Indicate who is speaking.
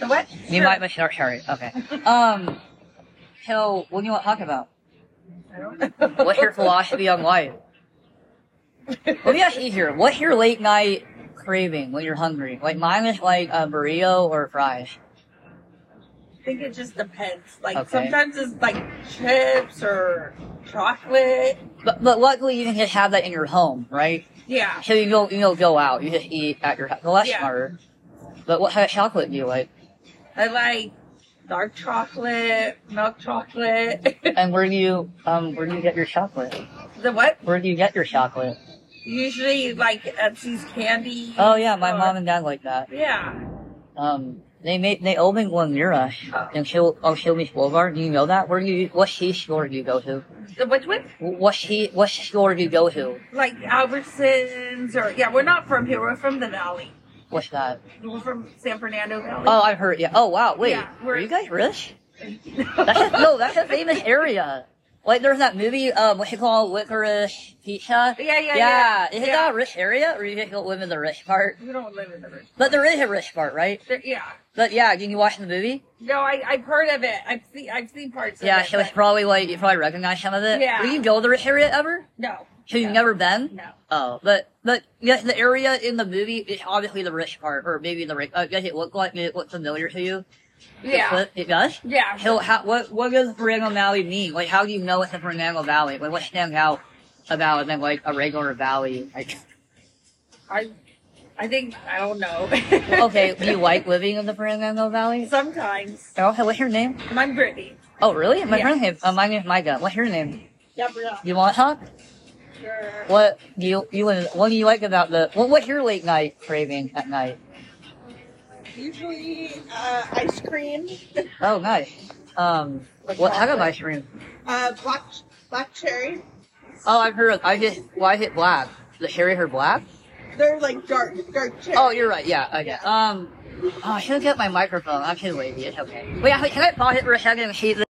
Speaker 1: The what?
Speaker 2: You might be short sure. Okay. Um. So, what do you want to talk about?
Speaker 1: I don't know.
Speaker 2: What's your philosophy on life? Let me ask you here. What's your late night craving when you're hungry? Like mine is like a burrito or fries.
Speaker 1: I think it just depends. Like
Speaker 2: Okay.
Speaker 1: sometimes it's like chips or chocolate.
Speaker 2: But but luckily you can just have that in your home, right?
Speaker 1: Yeah.
Speaker 2: So you don't you don't go out. You just eat at your house. Well, that's
Speaker 1: Yeah.
Speaker 2: smarter. But what kind of chocolate do you like?
Speaker 1: I like dark chocolate, milk chocolate.
Speaker 2: And where do you um where do you get your chocolate?
Speaker 1: the what?
Speaker 2: Where do you get your chocolate?
Speaker 1: Usually like Etsy's candy.
Speaker 2: Oh yeah, my
Speaker 1: or-
Speaker 2: mom and dad like that.
Speaker 1: Yeah.
Speaker 2: Um, they made they opened one uh, near us
Speaker 1: Oh.
Speaker 2: in Hill on Hilmy Boulevard. Do you know that? Where do you what sea store do you go to?
Speaker 1: The which one?
Speaker 2: What sea what store do you go to?
Speaker 1: Like Albertsons or yeah, we're not from here. We're from the valley.
Speaker 2: What's that?
Speaker 1: We're from San Fernando Valley.
Speaker 2: Oh, I heard. Yeah. Oh wow. Wait,
Speaker 1: Yeah,
Speaker 2: are
Speaker 1: we're-
Speaker 2: you guys rich? That's a, no, that's a famous area. Like there's that movie, um, what's it called, Licorice Pizza?
Speaker 1: yeah, yeah, yeah.
Speaker 2: Isn't that a rich area, or you just don't live in the rich part?
Speaker 1: We don't live in the rich.
Speaker 2: But there is a rich part, right?
Speaker 1: There, yeah.
Speaker 2: But yeah, did you watch the movie?
Speaker 1: No, I I've heard of it. I've seen I've seen parts
Speaker 2: yeah,
Speaker 1: of it.
Speaker 2: so it's
Speaker 1: but
Speaker 2: probably like you probably recognize some of it.
Speaker 1: Yeah.
Speaker 2: Will you go to the rich area ever?
Speaker 1: no,
Speaker 2: So you've
Speaker 1: No.
Speaker 2: never been?
Speaker 1: no.
Speaker 2: Oh, but but yes, the area in the movie is obviously the rich part, or maybe the rich. Uh, does it look like it look familiar to you?
Speaker 1: Yeah.
Speaker 2: It, it does.
Speaker 1: Yeah.
Speaker 2: So how, what what does Fernando Valley mean? Like how do you know it's a Fernando Valley? Like what stands out about it than like a regular valley? Like
Speaker 1: I I think I don't know.
Speaker 2: okay, do you like living in the Fernando Valley?
Speaker 1: Sometimes.
Speaker 2: Oh, hey, what's your name?
Speaker 1: I'm Brittany.
Speaker 2: Oh, really? My
Speaker 1: Yeah.
Speaker 2: friend's name. Uh, my name's Micah. What's your name?
Speaker 1: Gabrielle.
Speaker 2: You want to talk?
Speaker 1: Sure.
Speaker 2: What do you you wanna- what do you like about the what what's your late night craving at night?
Speaker 3: Usually uh, ice cream,
Speaker 2: Oh, nice. Um,
Speaker 3: Like
Speaker 2: what kind of
Speaker 3: chocolate.
Speaker 2: ice cream?
Speaker 3: uh, black black cherry.
Speaker 2: Oh, I've heard. Of, I hit. Why hit black? The hairy hair black?
Speaker 3: They're like dark dark cherry.
Speaker 2: Oh, you're right. Yeah. Okay. Um. Oh, I should get my microphone. I'm too lazy. It's okay. Wait, I- can I pause it for a second and see if